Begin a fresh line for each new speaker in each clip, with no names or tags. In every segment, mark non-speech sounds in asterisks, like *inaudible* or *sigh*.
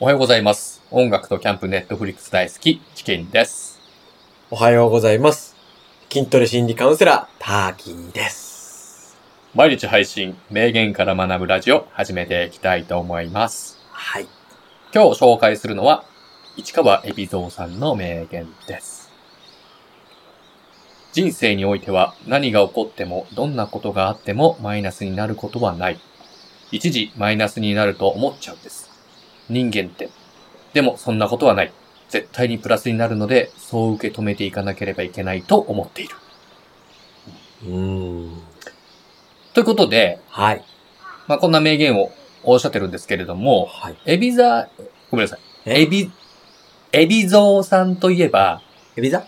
おはようございます。音楽とキャンプネットフリックス大好き、チキンです。
おはようございます。筋トレ心理カウンセラー、ターキーです。
毎日配信、名言から学ぶラジオ、始めていきたいと思います。
はい。
今日紹介するのは、市川海老蔵さんの名言です。人生においては何が起こってもどんなことがあってもマイナスになることはない。一時マイナスになると思っちゃうんです。人間って。でもそんなことはない。絶対にプラスになるので、そう受け止めていかなければいけないと思っている。
うーん。
ということで、
はい。
まあ、こんな名言をおっしゃってるんですけれども、
はい。
エビザ、ごめんなさい。
え
エビ、エビゾウさんといえば、
エビザ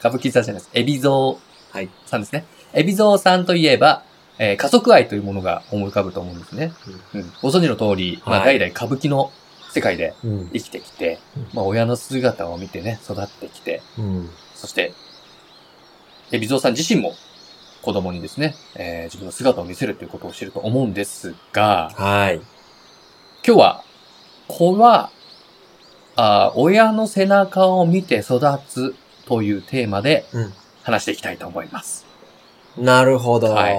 歌舞伎座じゃないです。エビゾ
はい。
ウさんですね。エビゾウさんといえば、えー家族愛というものが思い浮かぶと思うんですね。うん、ご存知の通り、まあ、
は
代
い
々歌舞伎の世界で
うん。
生きてきて
うん、
まあ、親の姿を見てね、育ってきて、
うん。
そして、エビゾウさん自身も子供にですね、えー自分の姿を見せるということを知ると思うんですが、
はい。
今日は、子は、あー親の背中を見て育つというテーマで
うん
話していきたいと思います。
なるほど。
は
はいい。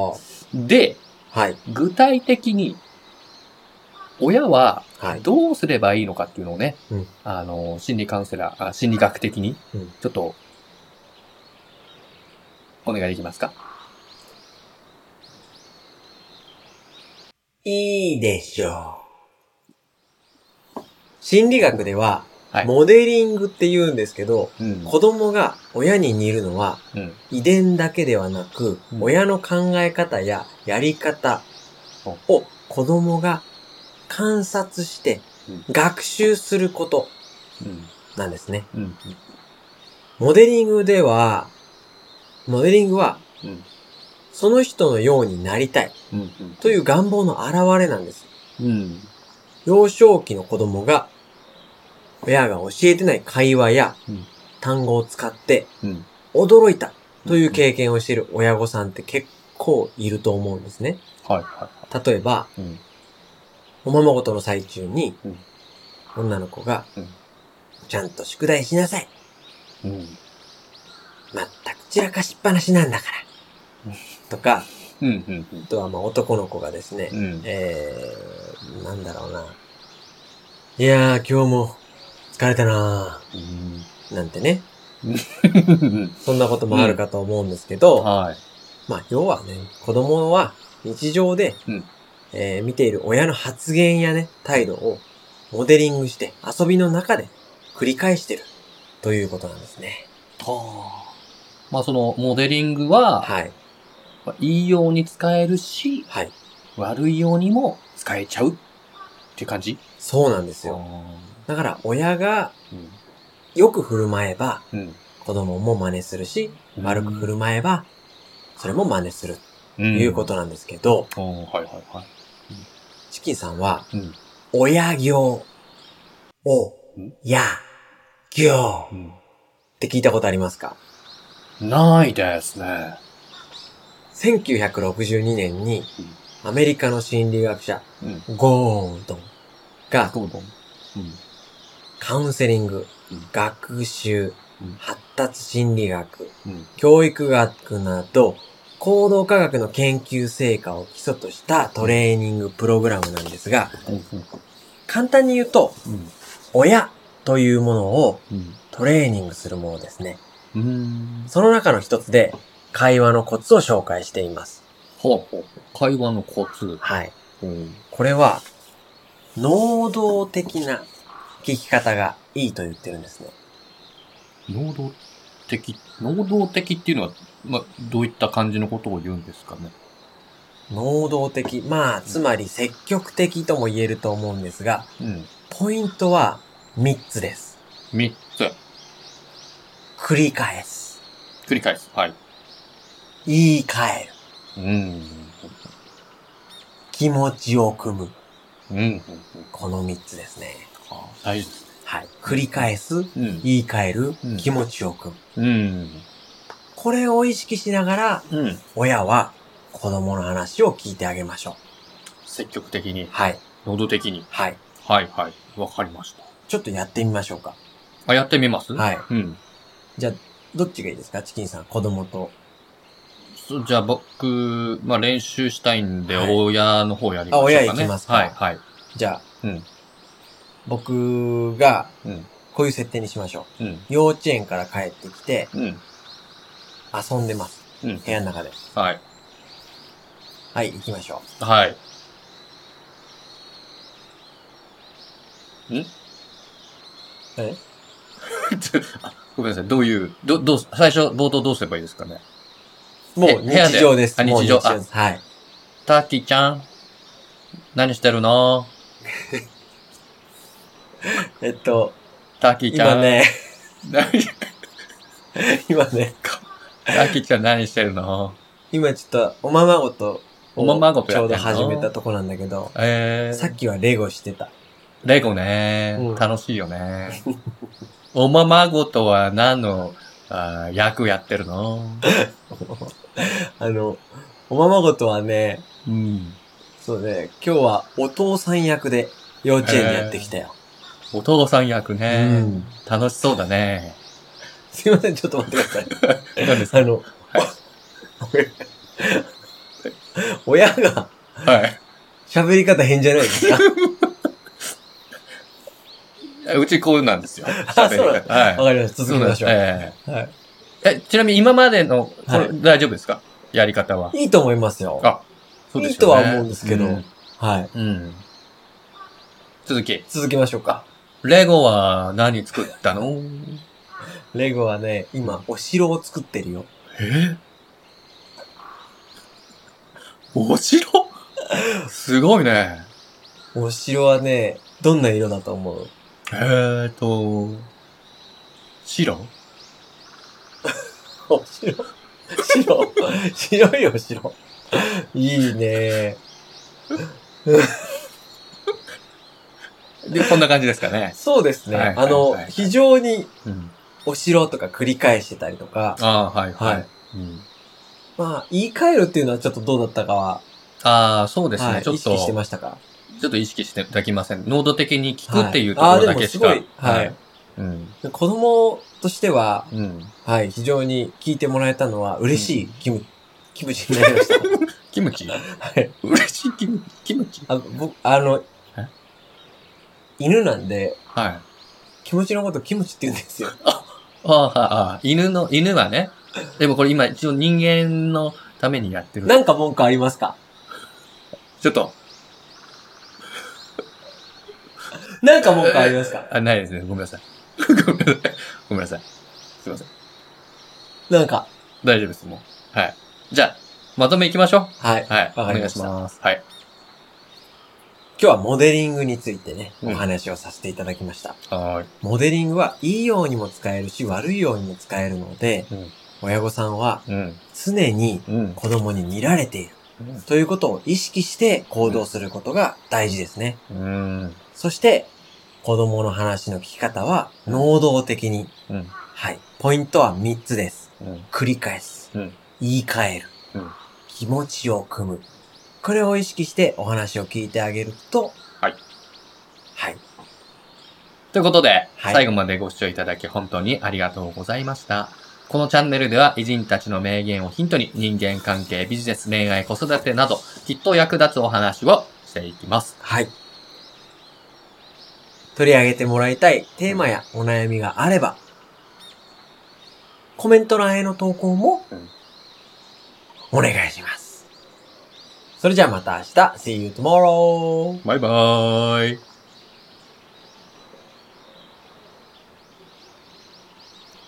で、
はい。
具体的に、親は
はい。
どうすればいいのかっていうのをね、
うん
あの、心理カウンセラー、あ心理学的に
うん、
ちょっと、お願いできますか
いいでしょう。心理学では、
はい
モデリングって言うんですけど、
うん
子供が親に似るのは
うん。
遺伝だけではなく、
うん
親の考え方ややり方を子供が観察して
う
学習すること
うん。
なんですね。
うん。
モデリングでは、モデリングは
うん。
その人のようになりたい
うん。
という願望の表れなんです。
うん。
幼少期の子供が親が教えてない会話や
うん
単語を使って
うん。
驚いたという経験をしている親御さんって結構いると思うんですね。
はい、は
例えば、
い。うん。
おままごとの最中に
うん、
女の子が
うん、
ちゃんと宿題しなさい。
うん。
まったく散らかしっぱなしなんだか
うん
ら。とか、
うん。うん。うん
あとはまあ男の子がですね、
うん。
えー、なんだろうな。いやー、今日も疲れたな
うん。
ー。なんてね。
うん
そんなこともあるかと思うんですけど、
はい。
まあ要はね、子供は日常で、
うん
えー見ている親の発言やね、態度をモデリングして遊びの中で繰り返してるということなんですね。
まあそのモデリングは、
はい。
まあいいように使えるし、
はい。
悪いようにも使えちゃうっていう感じ
そうなんです
う
よ。だから親が
ん。
よく振る舞えば
うん。
子供も真似するし、悪く振る舞えばそれも真似する
と
というこ
だ。
となんですけど、
うんはいはいはい。
チキンさんは
うん、
親行、お
ん、
や、行って聞いたことありますか
ないですね。
1962年に、アメリカの心理学者、
うん。
ゴードンが、
どうどううん。
カウンセリング
うん、
学習
うん、
発達心理学、
うん。
教育学など、行動科学の研究成果を基礎としたトレーニングプログラムなんですが、簡単に言うと、
うん。
親というものを
うん。
トレーニングするものですね。
うん。
その中の一つで、会話のコツを紹介しています。
ほうほう。会話のコツ。
はい。
うん。
これは、能動的な聞き方がいいと言ってるんですね。
能動的。能動的っていうのは、まあ、どういった感じのことを言うんですかね。
能動的。まあ、つまり積極的とも言えると思うんですが、
うん。
ポイントは3つです。
三つ。
繰り返す。
繰り返す。はい。
言い換える。
うん。
気持ちを組む。
うん。
この3つですね。
あ大事ですね。
はい。繰り返す。
うん。
言い換える
うん。
気持ちを組む。
うん。
これを意識しながら、
うん。
親は子供の話を聞いてあげましょ
積極的に
う。、はい。
能動的に。
はい。
はいはい。わかりました。
ちょっとやってみましょうか。
あ、やってみます
はい。
うん。
じゃあ、どっちがいいですかチキンさん、子供と。
そじゃあ僕、まあ練習したいんで、
はい
親の方やりましょうかね。
あ親行きますか
はいはい。
じゃあ、
うん
僕が、
うん。
こういう設定にしましょう。
うん。
幼稚園から帰ってきて、
うん。
遊んでます。
うん。
部屋の中で。
はい。
はい、行きましょ
はい。 *laughs*
う。え
ちょあごめんなさい。どういう、ど、どう、最初、冒頭どうすればいいですかね。
もう
え部屋で
日常です。
あ
もう
日常
です。はい。
ターキーちゃん、何してるの
えっと、
ターキーちゃ *laughs*
今
ん。
ね、 *laughs*
何。
今ね、
ターキーちゃん何してるの
今ちょっと、おままごとを、
おままごと
ち
や
ょ
っ
う
て
ど
んの
始めたとこなんだけど、
え
さ
ー
っ、きはレゴしてた。
レゴね、
うん
楽しいよね。おままごとは何のあー役やってるの
あの、おままごとはね、
うん。
そうね、今日はお父さん役で幼稚園にやってきたよ。
お父さん役ね、
うん
楽しそうだね。
すいません、ちょっと待ってください。
何ですか
あの、親が
はい
喋り方変じゃないですか
うちこうなんですよ。
*laughs* あそう
喋
なん
り方はい
わ。かりました。続
そうな
き
ん
ま
で
し
す。
ょう。
え
はい
ええ、ちなみに今までの、これ
はい
大丈夫ですかやり方は。
いいと思いますよ。
あ、そうですよね。
いいとは思うんですけど
うん
はい。
うん。続き。
続きましょうか。
レゴは何作った
*laughs*
の
レゴはね、今、お城を作ってるよ。
えお城すごいね。
お城はね、どんな色だと思う
えーと、白
お城白白いお城。いいね。
で、こんな感じですかね。
そうですね。
はい
あの
はいは、い
非常に
うん。
お城とか繰り返してたりとか、
ああー、はい、はい。
はい
うん、
まあ、言い換えるっていうのはちょっとどうだったかは、
ああ、そうですね。
はい、
ちょ
意
っと、
識してましたか
ちょっと意識していただきません。濃度的に聞くっていうとこ
はい
ろだけしか。
あーでもすごいはい。
うん。
子供としては、
うん。
はい、非常に聞いてもらえたのは嬉しい気分、気持ちになりました。 *laughs*
キムチ
はい。
嬉しいキムチキムチ
あ、僕、あの
え、
犬なんで、
はい。
気持ちのことキムチって言うんですよ。
ああ、ああ、犬の、犬はね。でもこれ今一応人間のためにやってる。
なんか文句ありますか
ちょっと、
なんか文句ありますか
あ、ないですね。ごめんなさい。 *laughs* ごめんなさい。ごめんなさい。すいません。
なんか、
大丈夫です、もう。はい。じゃあ、まとめいきましょ
はい。
う。はい。
わかりました
お願いします。はい。
今日はモデリングについてね、
うん
お話をさせていただきました。
はーい。
モデリングはいいようにも使えるし、悪いようにも使えるので、
うん
親御さんは
うん。
常に
うん。
子供に見られている
うん
ということを意識して行動することが大事ですね。
うん。
そして、子供の話の聞き方は、能動的に。
うん。
はい。ポイントは3つです。
うん。
繰り返す。
うん
言い換える。
うん
気持ちを組む。これを意識してお話を聞いてあげると、
はい。
はい。
ということで、
はい
最後までご視聴いただき本当にありがとうございました。このチャンネルでは偉人たちの名言をヒントに人間関係、ビジネス、恋愛、子育てなど、きっと役立つお話をしていきます。
はい。取り上げてもらいたいテーマやお悩みがあれば、コメント欄への投稿も
うん、
お願いします。それじゃあまた明日、See you tomorrow!
バイバーイ。